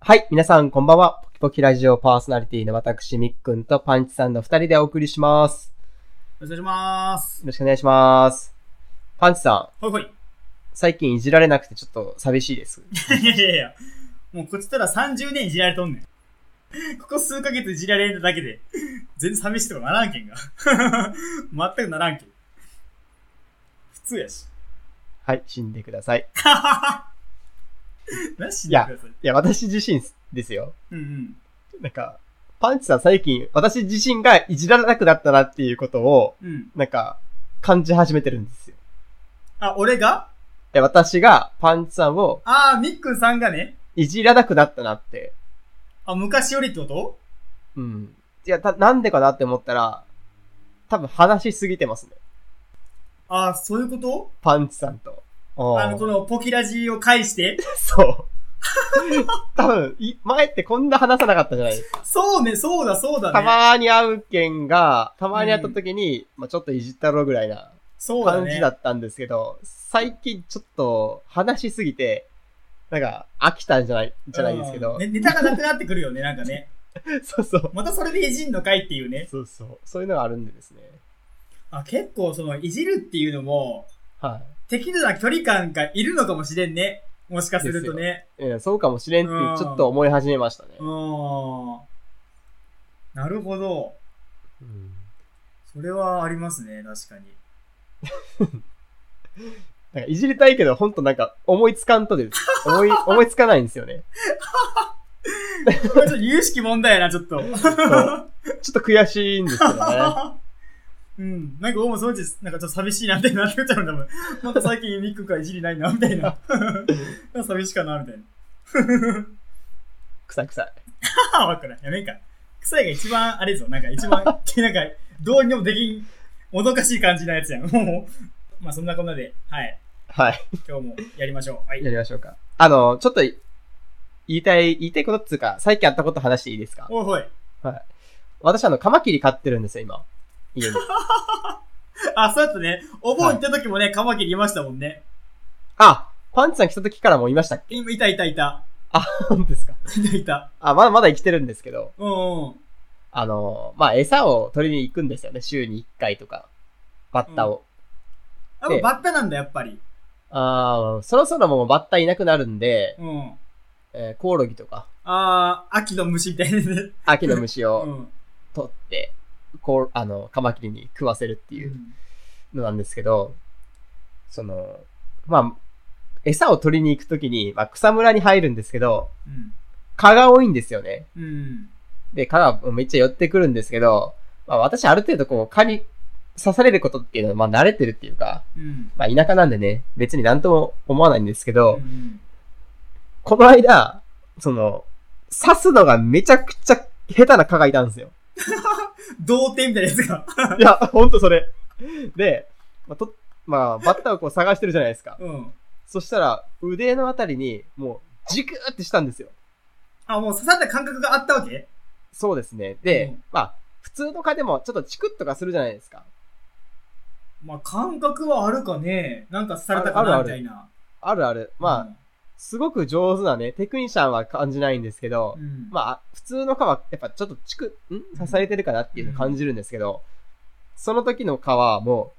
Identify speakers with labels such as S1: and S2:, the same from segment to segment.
S1: はい、皆さんこんばんは。ポキポキラジオパーソナリティの私、みっくんとパンチさんの二人でお送りします。
S2: お願いします
S1: よ。ろしくお願いします。パンチさん、
S2: ほいほい。
S1: 最近いじられなくてちょっと寂しいです。
S2: いやいやいや。もうこっちたら30年いじられとんねん。ここ数ヶ月いじられるだけで、全然寂しいとかならんけんが。全くならんけん。普通やし。
S1: はい、死んでください。
S2: なしでくださ
S1: い
S2: い。
S1: や、私自身ですよ。
S2: うんうん。
S1: なんか、パンチさん最近、私自身がいじられなくなったなっていうことを、
S2: うん。
S1: なんか、感じ始めてるんですよ。
S2: あ、俺が
S1: で、私がパンチさんを
S2: あー、みっくんさんがね。
S1: いじらなくなったなって。
S2: あ、昔よりってこと
S1: うん。いや、た、なんでかなって思ったら、多分話しすぎてますね。
S2: あー、そういうこと
S1: パンチさんと。おー
S2: あの、このポキラジを介して。
S1: そう。 多分、い前ってこんな話さなかったじゃないですか。
S2: そうね、そうだ、そうだね。
S1: たまーに会うけんが、たまに会った時に、まあちょっといじったろうぐらいな
S2: そうだ
S1: 感
S2: ね
S1: じだ。ったんですけど、最近ちょっと話しすぎて、なんか飽きたんじゃない、じゃないですけ
S2: う
S1: ど
S2: ん。ねネタがなくなってくるよね、なんかね。
S1: そうそう。
S2: またそれでいじんのかいっていうね。
S1: そうそう。そういうのがあるんでですね。
S2: あ、結構その、いじるっていうのも、
S1: はい。
S2: 適度な距離感がいるのかもしれんね。もしかするとね。
S1: えーそうかもしれんって、ちょっと思い始めましたね。
S2: うーん。なるほど。それはありますね、確かに。
S1: なんかいじりたいけど、ほんとなんか思いつかんとです。思い、思いつかないんですよね。
S2: これちょっと有識問題やな、ちょっと。
S1: そうちょっと悔しいんですけどね。
S2: うん。なんか、おもそうです。なんかちょっと寂しいな、みたいになってくっちゃうんだもん。また最近ミックからいじりないな、みたいな。なんか寂しいかな、みたいな。
S1: 臭い臭い。
S2: ああ、わからん。やめんか。臭いが一番、あれぞ、なんか 一番、なんか、どうにもできん、もどかしい感じのやつやん。もう、まあそんなこんなで、はい。
S1: はい。
S2: 今日もやりましょう。はい
S1: や。りましょうか。あの、ちょっとい、言いたい、言いたいことっつうか、最近あったこと話していいですか
S2: おいほい。
S1: 私あの、カマキリ飼ってるんですよ、今。家に。
S2: あ、そうやったね。お盆行った時もね、カマキリいましたもんね。
S1: あ、パンチさん来た時からもういましたっ
S2: いいたいたいた。
S1: け本当ですか
S2: いたいた。
S1: あ、まだまだ生きてるんですけど、
S2: うんうん。
S1: あの、まあ、餌を取りに行くんですよね、週に1回とか。バッタを。
S2: やっ
S1: で
S2: ぱバッタなんだ、やっぱり。
S1: あーそろそろもうバッタいなくなるんで、
S2: うん。
S1: えーコオロギとか、
S2: あー、秋の虫みたいな ね。
S1: 秋の虫
S2: う
S1: を
S2: ん。
S1: 取って、こう、あの、カマキリに食わせるっていう。のなんですけど、その、まあ、餌を取りに行くときに、まあ、草むらに入るんですけど、
S2: うん。
S1: 蚊が多いんですよね。
S2: うん。
S1: で、蚊がめっちゃ寄ってくるんですけど、まあ、私ある程度こう、蚊に刺されることっていうのは、まあ、慣れてるっていうか、
S2: うん。
S1: まあ、田舎なんでね、別になんとも思わないんですけ
S2: う
S1: ど、
S2: ん
S1: この間、その、刺すのがめちゃくちゃ下手な蚊がいたんですよ。
S2: 童貞みたいなやつが。
S1: いや、ほんとそれ。で、まあ、と、まあ、バッターをこう探してるじゃないですか。
S2: うん。
S1: そしたら、腕のあたりに、もう、ジクーってしたんですよ。
S2: あ、もう刺さった感覚があったわけ
S1: そうですね。で、
S2: うん
S1: まあ、普通の蚊でも、ちょっとチクッとかするじゃないですか。
S2: まあ、感覚はあるかね。なんかされたか
S1: あ
S2: な
S1: るあ
S2: み
S1: る
S2: たいな。
S1: あるある。まあ、すごく上手なね、テクニシャンは感じないんですけど
S2: う、ん、
S1: まあ、普通の蚊は、やっぱちょっとチク、ん支えてるかなっていうのを感じるんですけど、その時の蚊はもう、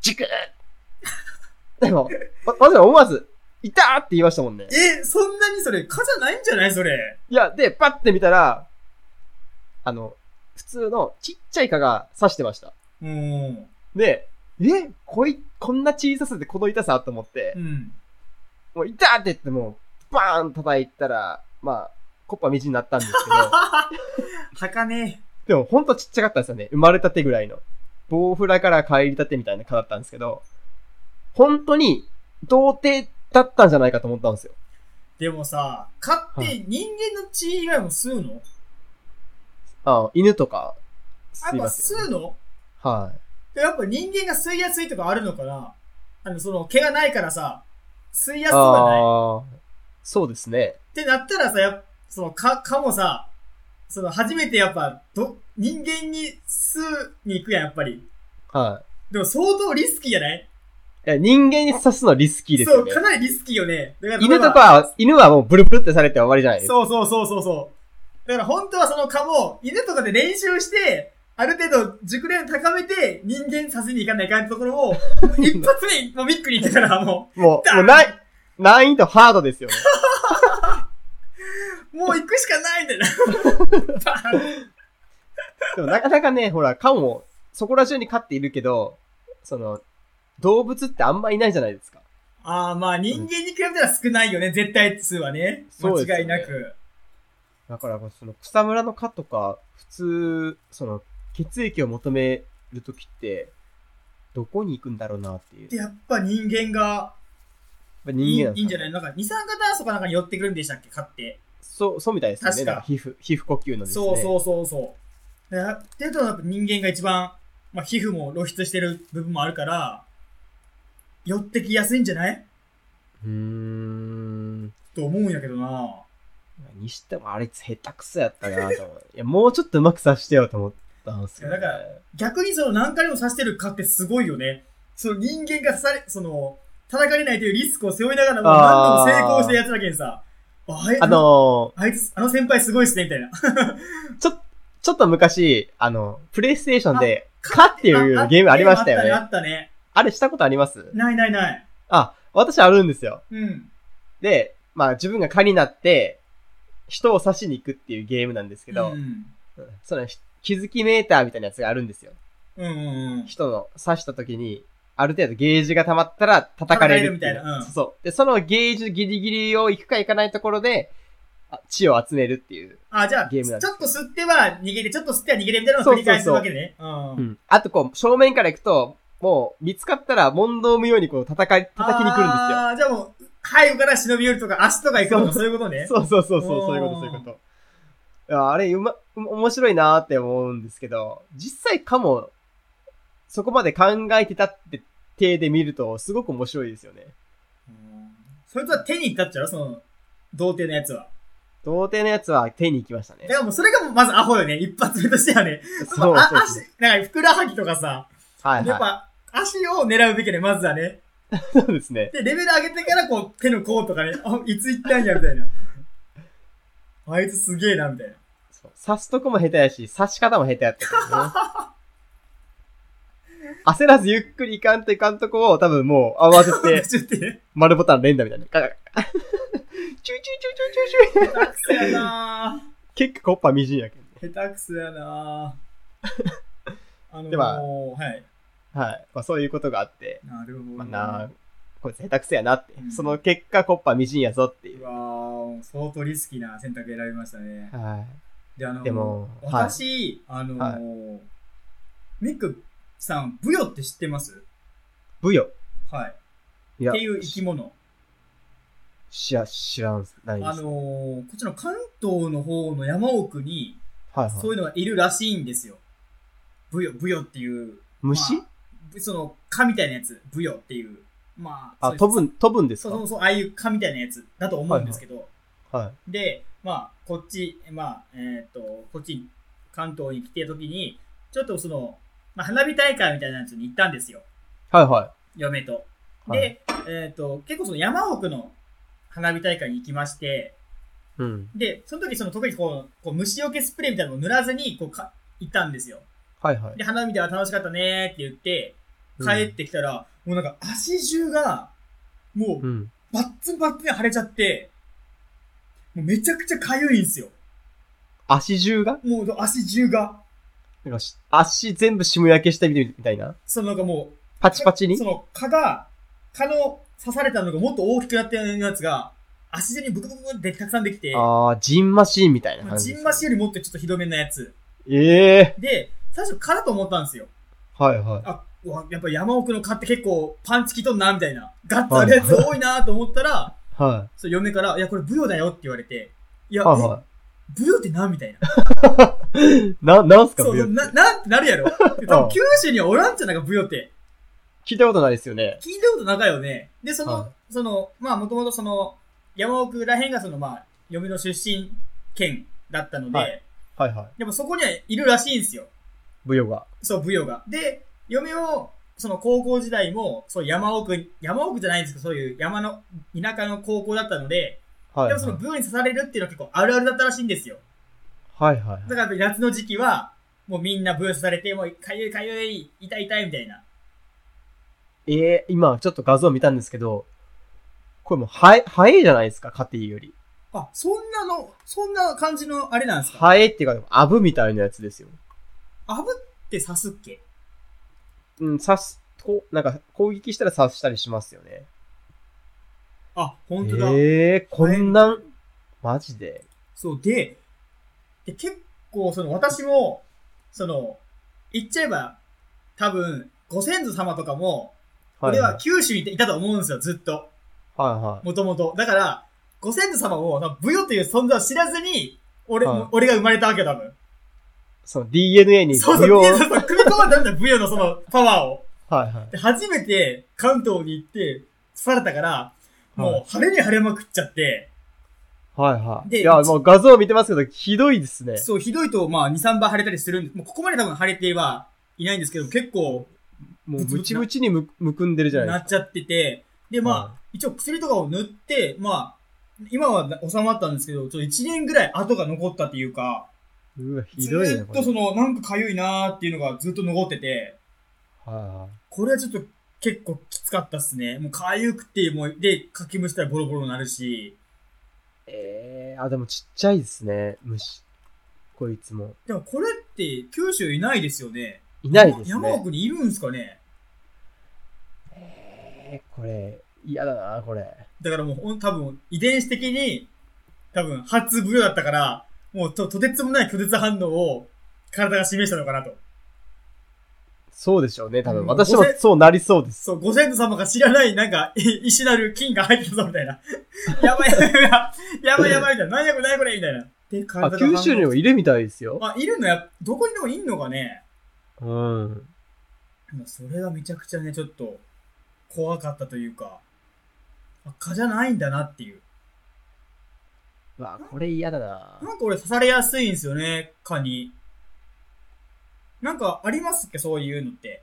S1: ジクーでも、ま、まず思わず、いたーって言いましたもんね。
S2: え、そんなにそれ、蚊じゃないんじゃないそれ。
S1: いや、で、パッて見たら、あの、普通のちっちゃい蚊が刺してました。
S2: うん。
S1: で、えこい、こんな小ささでこの痛さと思って
S2: う、ん。
S1: もう痛って言ってもう、バーン叩いたら、まあ、コッパみじんになったんですけど、
S2: はかね
S1: でもほんとちっちゃかったんですよね。生まれたてぐらいの。棒フラから帰りたてみたいな蚊だったんですけど、本当に童貞だったんじゃないかと思ったんですよ。
S2: でもさ、蚊っ
S1: は
S2: て人間の血以外も吸うの
S1: あの犬とか、
S2: や
S1: 吸
S2: っ
S1: い
S2: ぱ
S1: ますよ、
S2: 吸
S1: ね。
S2: うの
S1: はい。
S2: やっぱ人間が吸いやすいとかあるのかなあの、その、毛がないからさ、吸いやすくはない。っ
S1: あーそうですね。
S2: てなったらさ、やっぱその蚊、蚊もさ、その、初めてやっぱ、ど、人間に吸うに行くやん、やっぱり。
S1: は
S2: でも相当リスキーじゃない
S1: い。いや人間に刺すのリスキーです
S2: そ
S1: よ
S2: う、
S1: ね
S2: か。なりリスキーよね。だから
S1: 犬とか
S2: まあ
S1: は、犬はもうブルブルってされて終わりじゃないですか。
S2: そうそうそうそうそう。だから本当はその蚊も、犬とかで練習して、ある程度熟練高めて人間させにいかないかんってところを、一発目、もうビックに行ってたらも
S1: も
S2: ダー
S1: う、
S2: ン
S1: もうない、難易度ハードですよね。
S2: う、もう行くしかないみたいな。バーン
S1: でもなかなかね、ほら、カモも、そこら中に飼っているけど、その、動物ってあんまいないじゃないですか。
S2: ああ、まあ人間に比べたら少ないよね、絶対数はね。
S1: そうですよ
S2: 間違
S1: ね
S2: いなく。
S1: だから、その、草むらの蚊とか、普通、その、血液を求めるときって、どこに行くんだろうなっていう。
S2: で、
S1: やっ
S2: やっぱ人間が、
S1: ぱ
S2: いい
S1: 人間なん
S2: いいんじゃ
S1: ない
S2: ないなんか二酸化炭素かなんかに寄ってくるんでしたっけ、買って。
S1: そう、そうみたいですよね。
S2: 確か
S1: なん皮膚、皮膚呼吸のですね。。
S2: そうそうそうそう。でやってるとやっぱ人間が一番、まあ、皮膚も露出してる部分もあるから、寄ってきやすいんじゃないう
S1: うーん。
S2: と思うんやけどな
S1: にしてもあれ下手くそやったなと思 う。いや、もうちょっとうまくさしてよと思ったんですけど、
S2: いやだ逆にその何回も刺してる蚊ってすごいよね。その人間が刺され、その、叩かれないというリスクを背負いながらも
S1: あー
S2: 何度も成功してるやつだけにさ、ああい
S1: あの
S2: あいつ、あの先輩すごいっすね、みたいな。
S1: ー、ちょっと昔、あの、プレイステーションで、
S2: 蚊
S1: カっていうゲームありましたよ
S2: あ
S1: ね。
S2: ったね。
S1: あれしたことあります
S2: ないないない。
S1: あ、私あるんですよ。
S2: うん。
S1: で、まあ自分が蚊になって、人を刺しに行くっていうゲームなんですけど、
S2: うん。
S1: そのひ気づきメーターみたいなやつがあるんですよ。
S2: うんうんうん。
S1: 人の刺した時に、ある程度ゲージが溜まったら叩かれるってう
S2: 叩かれるみたいなうん
S1: そうそう。で、そのゲージギリギリを行くか行かないところで、あ血を集めるっていう。
S2: あ、じゃあ、
S1: ゲームなん
S2: ち
S1: で
S2: ょっと吸っては逃げて、ちょっと吸っては逃げてみたいなのを繰り返すわけね。うん
S1: うん。あとこう、正面から行くと、もう見つかったら問答無用にこう叩か、叩きに来るんですよ。
S2: あーじゃあもう、背後から忍び寄るとか、足とか行くとか、そういうことね。
S1: そうそうそうそう、
S2: うん
S1: そういうこと、そういうこと。いやあれ、うま、う面白いなーって思うんですけど、実際かも、そこまで考えてたって体で見ると、すごく面白いですよね。
S2: うんそれとは手に行ったっちゃろその、童貞のやつは。
S1: 童貞のやつは手に行きました
S2: だ
S1: ね
S2: か。らもうそれがもうまずアホよね。一発目としてはね。
S1: そう
S2: まあ
S1: そう
S2: あ
S1: そう。
S2: 足、なんかふくらはぎとかさ、
S1: はい、
S2: や っ
S1: は
S2: ぱ、足を狙うべきね、まずはね。
S1: い。そうですね。
S2: で、レベル上げてから、こう、手の甲とかね、あ、いつ行ったんや、みたいな。あいつすげえな、みたいな。
S1: そう刺すとこも下手やし、刺し方も下手やった からね。焦らずゆっくりいかんといかんとこを多分もう慌てて
S2: ちょっ とね
S1: 丸ボタン連打みたいな。ガガガ チュイチュイチュイチュイチュイチュイ。
S2: 下手くそやなぁ。
S1: 結構コッパみじんやけどね。
S2: 下手くそ やなぁ。あのー、
S1: では
S2: はい。
S1: はい。まあそういうことがあって、
S2: なるほど。
S1: まあなあ、こいつ下手くせやなって
S2: う。ん
S1: その結果、コッパみじんやぞっていうう。
S2: わー相当リスキーな選択選びましたね。
S1: は
S2: で、あのー、
S1: でも
S2: 私、あのー
S1: は
S2: ミックさん、ブヨって知ってます
S1: い。ブヨ。
S2: はい。
S1: いや
S2: っていう生き物。
S1: 知ら、知らんす、ないで
S2: あ
S1: す。
S2: の
S1: はい
S2: ーこっちの関東の方の山奥に、
S1: はい。
S2: そういうのがいるらしいんですよ。ブヨ、ブヨっていう。
S1: 虫
S2: まあその、蚊みたいなやつ。ブヨっていう。まあ、
S1: あ、飛ぶん、飛ぶんです
S2: そ
S1: か
S2: うそうそう、ああいう蚊みたいなやつだと思うんですけど、
S1: は
S2: で、まあ、こっち、まあ、えーっ、と、こっちに、関東に来てる時に、ちょっとその、まあ、花火大会みたいなやつに行ったんですよ、
S1: い。はいは
S2: 嫁と。
S1: い。
S2: で、
S1: はい、
S2: えーっ、と、結構その山奥の花火大会に行きまして、
S1: うん。
S2: で、その時その特にこう、こう虫除けスプレーみたいなのを塗らずに、こうか、行ったんですよ。
S1: はいはい。
S2: で、花火では楽しかったねーって言って、帰ってきたら、もうなんか足中が、もう
S1: うん。うん。
S2: バッツンバッツンに腫れちゃって、もうめちゃくちゃ痒いんですよ。
S1: 足中が
S2: もう足中が。
S1: なんかし足全部シム焼けしてみるみたいな
S2: そのなんかもう、
S1: パチパチに
S2: その蚊が、蚊の刺されたのがもっと大きくなったやつが、足中にブクブクブクってたくさんできて、
S1: ああ、ジンマシーンみたいな
S2: まあ
S1: 感じ。
S2: ジンマシよりもっとちょっとひどめなやつ。
S1: ええ
S2: で、最初蚊だと思ったんですよ。
S1: ー。はいはい。
S2: あ、うわやっぱ山奥の蚊って結構パンチきとんな、みたいな。ガッツあるやつ多いなと思ったら、
S1: は
S2: そう嫁から、いや、これブヨだよって言われて、い
S1: い。
S2: や、
S1: はいは
S2: えブヨってなみたいな。
S1: い。 な、なんすか
S2: そう、
S1: ブヨ
S2: そう
S1: って
S2: な、なんてなる やろ。で多分九州にはおらんじゃないか、ブヨって。
S1: 聞いたことないですよね。
S2: 聞いたことなかよね。で、その、
S1: は
S2: その、まあ、もともとその、山奥らへんがその、まあ、嫁の出身県だったので、
S1: はいはいはい。
S2: でもそこにはいるらしいんですよ。
S1: ブヨが。
S2: そう、ブヨが。で、嫁をその高校時代も、そう山奥、山奥じゃないんですけど、そういう山の、田舎の高校だったので、
S1: はい。
S2: でもそのブーに刺されるっていうのは結構あるあるだったらしいんですよ。
S1: はいはい。
S2: だから夏の時期は、もうみんなブー刺されて、もうかゆいかゆい、痛い痛いみたいな。
S1: えー、今ちょっと画像見たんですけど、これもう、ハエ、ハエじゃないですか、家庭より。
S2: あ、そんなの、そんな感じのあれなんですか
S1: ハエっていうか、アブみたいなやつですよ。
S2: 炙って刺すっけ
S1: うん、刺す、こう、なんか攻撃したら刺したりしますよね。
S2: あ、本当だ。
S1: えー、こんなん、マジで。
S2: そう、で、で結構、その、私も、その、言っちゃえば、多分、ご先祖様とかも、俺は九州にいたと思うんですよ、ずっと。
S1: はいはい。
S2: もともと。だから、ご先祖様も、多分ブヨという存在を知らずに、俺、
S1: はい
S2: 俺が生まれたわけよ、多分。
S1: その DNA に
S2: そうそ
S1: 不要
S2: う、
S1: はい
S2: そうそう組み込まれたんだよ、ブヨのその、パワーを。
S1: はい。
S2: で、初めて、関東に行って、刺されたから、もう、晴れに晴れまくっちゃって、
S1: はいはい。
S2: で
S1: いや、もう画像見てますけど、ひどいですね。
S2: そう、ひどいと、まあ、2、3倍腫れたりするんでもうここまで多分腫れてはいないんですけど、結構、
S1: もうムチムチにむむくんでるじゃな
S2: ないっ
S1: です
S2: ちゃってて、で、まあ、一応薬とかを塗って、まあ、今は収まったんですけど、ちょっと1年ぐらい跡が残ったっていうか、
S1: か。うわ、ひどい
S2: ず
S1: ね、
S2: ーっ
S1: ことれ。
S2: その、なんか痒いなーっていうのがずっと残ってて、
S1: は
S2: これはちょっと結構きつかったっすね。もう痒くて、もう、で、かきむしたらボロボロになる
S1: い
S2: し、
S1: はい。えー、あ、でもちっちゃいですね、虫。こいつも。
S2: でもこれって九州いないですよね。
S1: いないですね。
S2: 山奥にいるんですかね
S1: えー、これ、嫌だな、これ。
S2: だからもうほん多分遺伝子的に多分初ブヨだったから、もうととてつもない拒絶反応を体が示したのかなと。
S1: そうでしょうね、多
S2: う
S1: 分。
S2: ん
S1: 私もそうなりそうです。
S2: そう、ご先祖様が知らないなんかえ石なる菌が入ってたぞみた いな。やばいやばいやばいやばいやばいみたいな。何やこれ何やこれみたいな。で、
S1: あ、
S2: 体が反応
S1: 九州にもいるみたいですよ。
S2: あ、いるのや、どこにでもいんのかね
S1: うん。
S2: うんそれがめちゃくちゃね、ちょっと怖かったというか、あ蚊じゃないんだなっていう。
S1: うわ、これ嫌だな。
S2: なんか俺刺されやすいんですよね、蚊に。なんかありますっけそういうのって。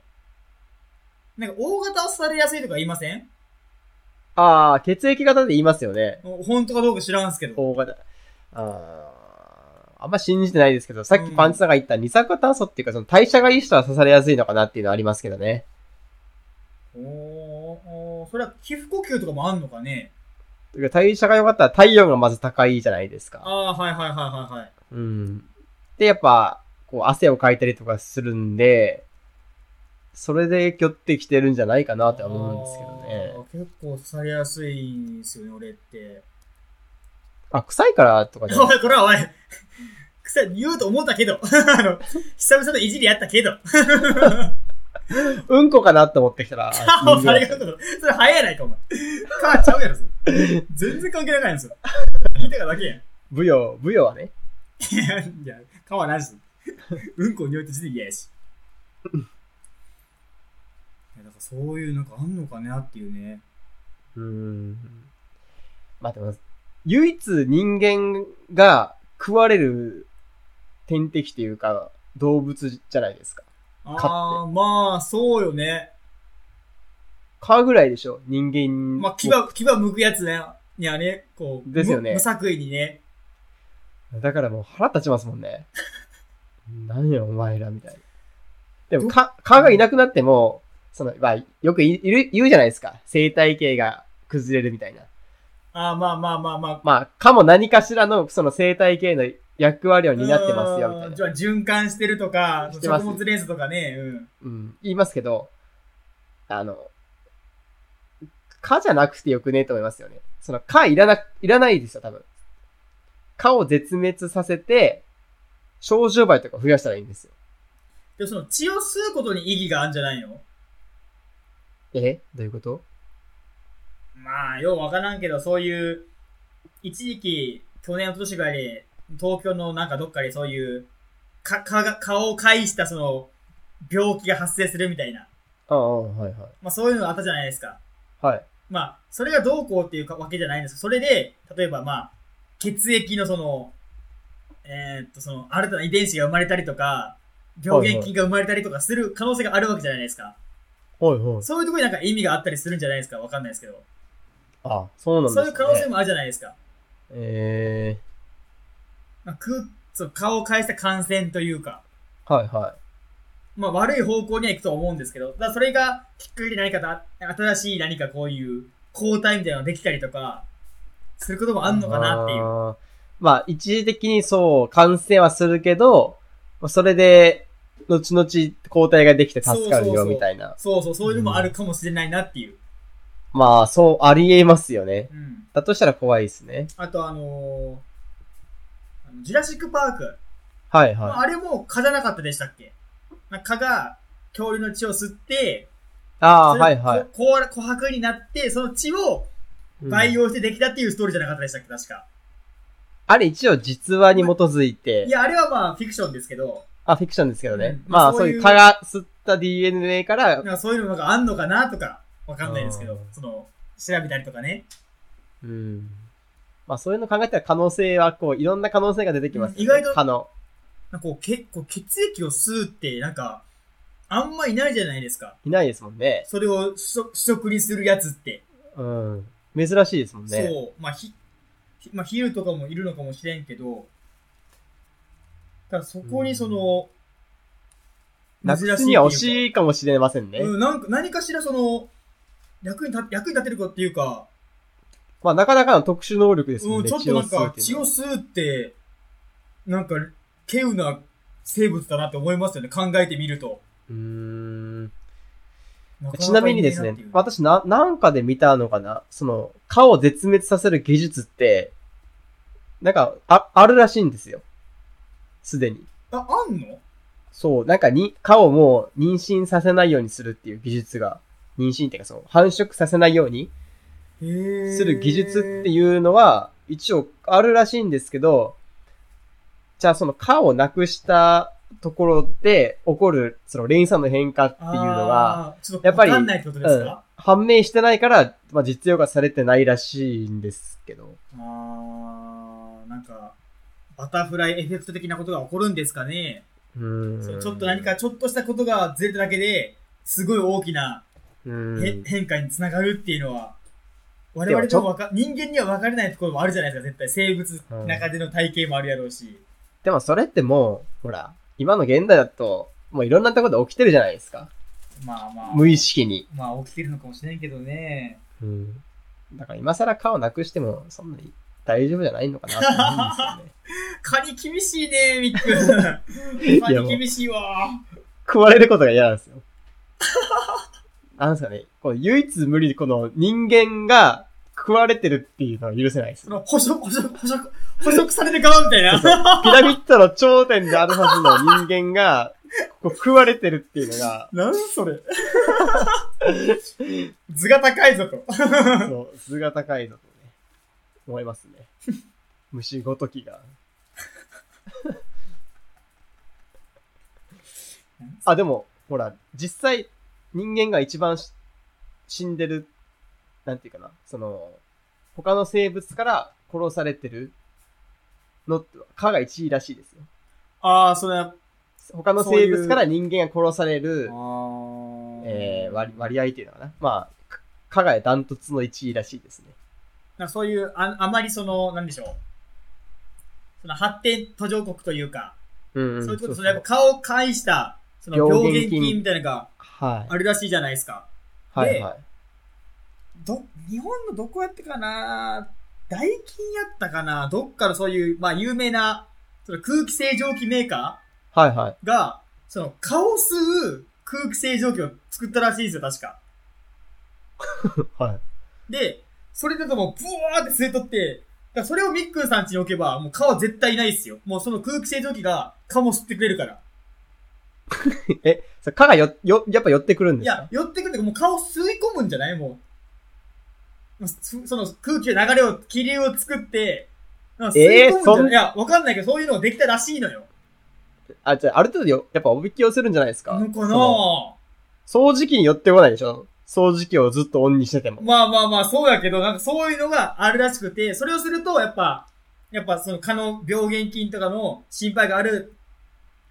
S2: なんか大型は刺されやすいとか言いません
S1: ああ、血液型で言いますよね。
S2: もう本当かどうか知らんすけど。
S1: 大型。あーあんま信じてないですけど、さっきパンチさんが言った二酸化炭素っていうか、その代謝がいい人は刺されやすいのかなっていうのはありますけどね。
S2: おーおーそれは皮膚呼吸とかもあんのかね
S1: だから代謝が良かったら体温がまず高いじゃないですか。
S2: ああー、はいはいはいはいはい。
S1: うん。で、やっぱ、こう、汗をかいたりとかするんで、それで寄ってきてるんじゃないかなとは思うんですけどね。
S2: どね。結構刺されやすいんですよね、俺って。
S1: あ、臭いからとかじゃな
S2: お
S1: い
S2: い、これはおい。 臭い、言うと思ったけど。 あの、久々のいじりやったけど。
S1: うんこかなと思ってきた ら、
S2: お前が言うことそれ早いやないか、お前。母ちゃうやろ、それ。全然関係ないんですよ。聞いたからだけやん。い
S1: ブヨ、ブヨはね。
S2: や、いや、母は何しうんこにおいて字で嫌やし。いや、だからそういうなんかあんのかなっていうね。
S1: うん。まあでも、唯一人間が食われる天敵というか、動物じゃないですか。
S2: ああ、まあ、そうよね。
S1: 蚊ぐらいでしょ人間。
S2: まあ、牙、牙剥くやつね。いやね、こう。
S1: ですよね
S2: む無作為にね。
S1: だからもう腹立ちますもんね。 何やお前らみたいな。でも、か、蚊がいなくなっても、その、まあ、よくいいる、言うじゃないですか。生態系が崩れるみたいな。
S2: ああ、まあまあまあまあ。
S1: まあ、蚊も何かしらの、その生態系の役割を担ってますよ、みた
S2: う
S1: い
S2: ん
S1: な
S2: じ。ゃあ、循環してるとか、
S1: してます
S2: 食物連鎖とかね。うん。
S1: うん、言いますけど、あの、かじゃなくてよくねえと思いますよね。その、かいらな、いらないですよ、多分。かを絶滅させて、症状倍とか増やしたらいいんですよ。
S2: でもその血を吸うことに意義があるんじゃないの
S1: えどういうこと
S2: まあ、ようわからんけど、そういう、一時期、去年、おととしぐらいで、東京のなんかどっかでそういう、か、かが、顔を介したその、病気が発生するみたいな。
S1: ああ、はいはい。
S2: まあそういうのあったじゃないですか。
S1: はい。
S2: まあ、それがどうこうっていうかわけじゃないんですけど、それで、例えばまあ、血液のその、えーっと、その、新たな遺伝子が生まれたりとか、病原菌が生まれたりとかする可能性があるわけじゃないですか。
S1: はいはい。
S2: そういうところになんか意味があったりするんじゃないですかわかんないですけど。
S1: あ、そうなんですね。
S2: そういう可能性もあるじゃないですか。
S1: え
S2: まあ、くそう顔を返した感染というか、
S1: ー、はいは
S2: まあ、悪い方向には行くと思うんですけど、だからそれがきっかけで何かだ新しい何かこういう交代みたいなのができたりとか、することも
S1: い。
S2: あんのかなっていう。
S1: あーまあ、一時的にそう、感染はするけど、それで、後々抗体ができて助かる
S2: そうそう
S1: よ、
S2: そう
S1: みたいな。
S2: そうそう、そういうのもあるかもしれないなっていう。
S1: まあ、そう、ありえますよね。
S2: うん。
S1: だとしたら怖いですね。
S2: あとあのーあのジュラシックパーク。
S1: はい
S2: まあ
S1: はい。
S2: あれも蚊じゃなかったでしたっけなんか蚊が恐竜の血を吸って、
S1: ああ
S2: そ
S1: ー、
S2: れ
S1: はいはい。
S2: ここう琥珀になって、その血を
S1: うん
S2: 培養してできたっていうストーリーじゃなかったでしたっけ確か。
S1: あれ一応実話に基づいて
S2: い、や、あれはまあフィクションですけど、
S1: あ、フィクションですけどね。
S2: うん
S1: まあ、
S2: そ
S1: そうう
S2: いう
S1: いう蚊が吸った DNA から、
S2: なんかそういうのがあんのかなとか、わかんないですけ
S1: あー
S2: ど、その、調べたりとかね。
S1: うん。まあ、そういうの考えたら可能性は、こう、いろんな可能性が出てきます、ね。
S2: うん意外と
S1: 蚊の。
S2: なんかこう結構血液を吸うって、なんか、あんまいないじゃないですか。
S1: いないですもんね。
S2: それを主食主食にするやつって。
S1: うん。珍しいですもんね。
S2: そう。まあ、ひ、ひまあ、昼とかもいるのかもしれんけど、ただそこにその、
S1: な
S2: 珍
S1: く
S2: しい
S1: すには惜
S2: って
S1: しいかもしれませんね。
S2: いうかうん、なんか何かしらその、役に立役に立てるかっていうか、
S1: まあ、なかなかの特殊能力ですも
S2: うんん、
S1: ね。
S2: ちょっとなんか
S1: 血
S2: 血
S1: を
S2: を
S1: 吸うっ
S2: 吸うって、なんか、稀有な生物だなって思いますよね。考えてみると。
S1: ていうのはうーん。
S2: かか
S1: ちなみにですね
S2: いい、なっていう
S1: 私な、なんかで見たのかなその、蚊を絶滅させる技術って、なんか、あ、あるらしいんですよ。すでに。
S2: あ、あんの
S1: そう、なんかに、蚊をもう妊娠させないようにするっていう技術が、妊娠っていうかその、繁殖させないようにす
S2: す
S1: る技術って
S2: う。
S1: いうのは、一応あるらしいんですけど、じゃあその蚊をなくしたところで起こる、その連鎖の変化っていうのが、
S2: あー、ちょっと
S1: や
S2: わ
S1: っぱり
S2: かんないってことですか、
S1: 判明してないから、まあ、実用化されてないらしいんですけど。
S2: あーなんか、バタフライエフェクト的なことが起こるんですかね。
S1: うーん
S2: そうちょっと何か、ちょっとしたことがずれただけで、すごい大きな
S1: う
S2: へ、
S1: ーん。
S2: 変化につながるっていうのは、我
S1: で
S2: 々
S1: もちょ
S2: ともわか、人間には分かれないところもあるじゃないですか、絶対。生物の中での体型もあるやろうし。
S1: でもそれってもう、ほら、今の現代だと、もういろんなところで起きてるじゃないですか。
S2: まあまあ。
S1: 無意識に。
S2: まあ起きてるのかもしれんけどね。
S1: うん。だから今更顔なくしても、そんなに大丈夫じゃないのかなって思うんですよね。
S2: 蚊に厳しいね、ミック。蚊
S1: いや
S2: に厳しいわ。
S1: 食われることが嫌なん ですよ。なんですかね。こう唯一無理、この人間が食われてるっていうのは許せないです
S2: そ。の、捕食、捕食、捕食、捕食される側みた いな。
S1: ピラミッドの頂点であるはずの人間が、こう食われてるっていうの が、
S2: なんそれ図が高い ぞと。
S1: そう、図が高いぞとね、思いますね。虫ごときが。あ、でも、ほら、実際、人間が一番し死んでる、なんていうかな、その、他の生物から殺されてるのって、蚊が1位らしいですよ。
S2: ああ、それは、
S1: 他の生物から人間が殺される、え
S2: え
S1: ー割割合っていうのかな。まあ、か蚊がダントツの1位らしいですね。
S2: なんかそういうあ、あまりその、なんでしょう。その発展途上国というか、
S1: うん、うん。
S2: そういうこと、そ
S1: そ
S2: のやっぱ顔を介した、その病
S1: 病
S2: 原
S1: 原菌
S2: 菌みたいなのが
S1: はい。
S2: あるらしいじゃないですか。
S1: はい
S2: で
S1: はい。
S2: ど、日本のどこやったかな大金やったかなどっからそういう、まあ有名な、その空気清浄機メーカー
S1: はいはい。
S2: が、その、蚊を吸う空気清浄機を作ったらしいんですよ、確か。
S1: はい。
S2: で、それだともう、ブワーって吸い取って、だからそれをミックンさん家に置けば、もう蚊は絶対いないですよ。もうその空気清浄機が蚊も吸ってくれるから。
S1: え、それ蚊がよ、よ、やっぱ寄ってくるん
S2: い
S1: です
S2: や
S1: か、
S2: 寄ってくるってもう蚊を吸い込むんじゃないもう。もうそその空気の流れを、気流を作って、なんか吸い込む
S1: え
S2: んじゃ
S1: ーそ
S2: なんいいや、わかんないけど、そういうのができたらしいのよ。
S1: あ、じゃあ、ある程度よ、やっぱおびき寄せるんじゃないですか。
S2: のか
S1: その
S2: な
S1: 掃除機に寄ってこないでしょ掃除機をずっとオンにしてても。
S2: まあまあまあ、そうやけど、なんかそういうのがあるらしくて、それをすると、やっぱ、やっぱその蚊の病原菌とかの心配がある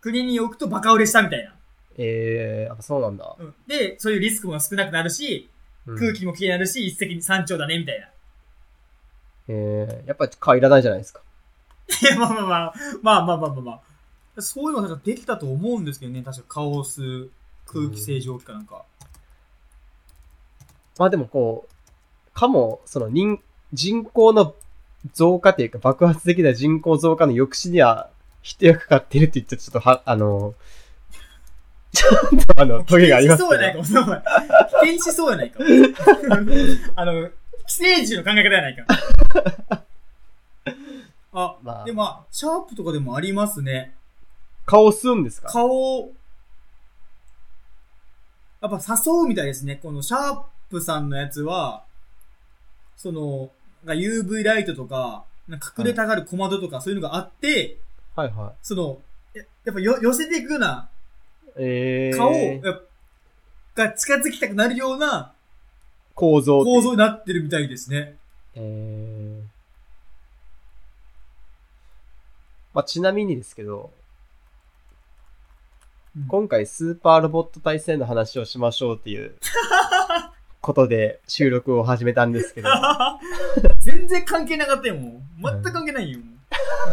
S2: 国に置くとバカ売れしたみたいな。
S1: えー、やっぱそうなんだ。
S2: うんで、そういうリスクも少なくなるし、
S1: うん
S2: 空気もきれいになるし、一石三鳥だね、みたいな。
S1: えー、やっぱ買いらないじゃないですか。
S2: いや、まあまあまあ、まあまあまあまあまあ。そういうのができたと思うんですけどね、確かカオス空気清浄機かなんか。
S1: まあでもこう、かも、その人、人口の増加というか爆発的な人口増加の抑止には一役買ってるって言っちゃちょっとは、あの、 ちょっとあの、トゲがあります
S2: 危険しそうやない
S1: け
S2: か
S1: ど。
S2: も、その前。危険しそうやないかも。 あの、寄生獣の考え方やないか。 あ、
S1: まあ
S2: でも、まあシャープとかでもありますね。
S1: 顔吸うんですか
S2: 顔を、やっぱ誘うみたいですね。このシャープさんのやつは、その、が UV ライトとか、なんか隠れたがる小窓とかそういうのがあって、
S1: はいはい。
S2: その、ややっぱよ寄せていくような
S1: えー、
S2: 顔を、やっぱが近づきたくなるような
S1: 構造っていう
S2: 構造になってるみたいですね。
S1: えーまあ、ちなみにですけど、
S2: うん
S1: 今回スーパーロボット対戦の話をしましょうって いうことで収録を始めたんですけど、
S2: 全然関係なかったよ、もう。全く関係ないよ、もう。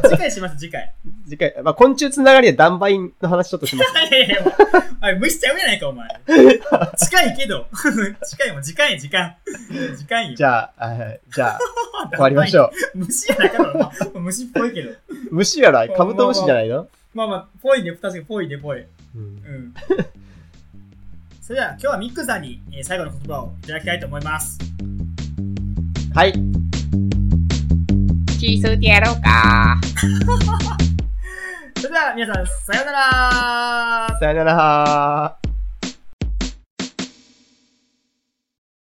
S2: 次回しましょう、次回。
S1: 次回、まあ、昆虫つながりでダンバインの話ちょっとし ます。
S2: いやいやいや、あれ無視しちゃうやない か、お前。近いけど。 近いもん、時間や、時間。時間よ。
S1: じゃあ、はいじゃあ、終わりまし
S2: う。
S1: ょ
S2: 虫やないかも、まあ、虫っぽいけど。
S1: う。虫やないカブトムシじゃないの、
S2: まあまあ、ぽいね、確かにぽいね、ぽい。
S1: うん
S2: うん。それでは、今日はミックさんに、えー最後の言葉をいただきたいと思います。
S1: はい。
S3: チーズでやろうか。
S2: それでは、皆さん、さようなら
S1: さよなら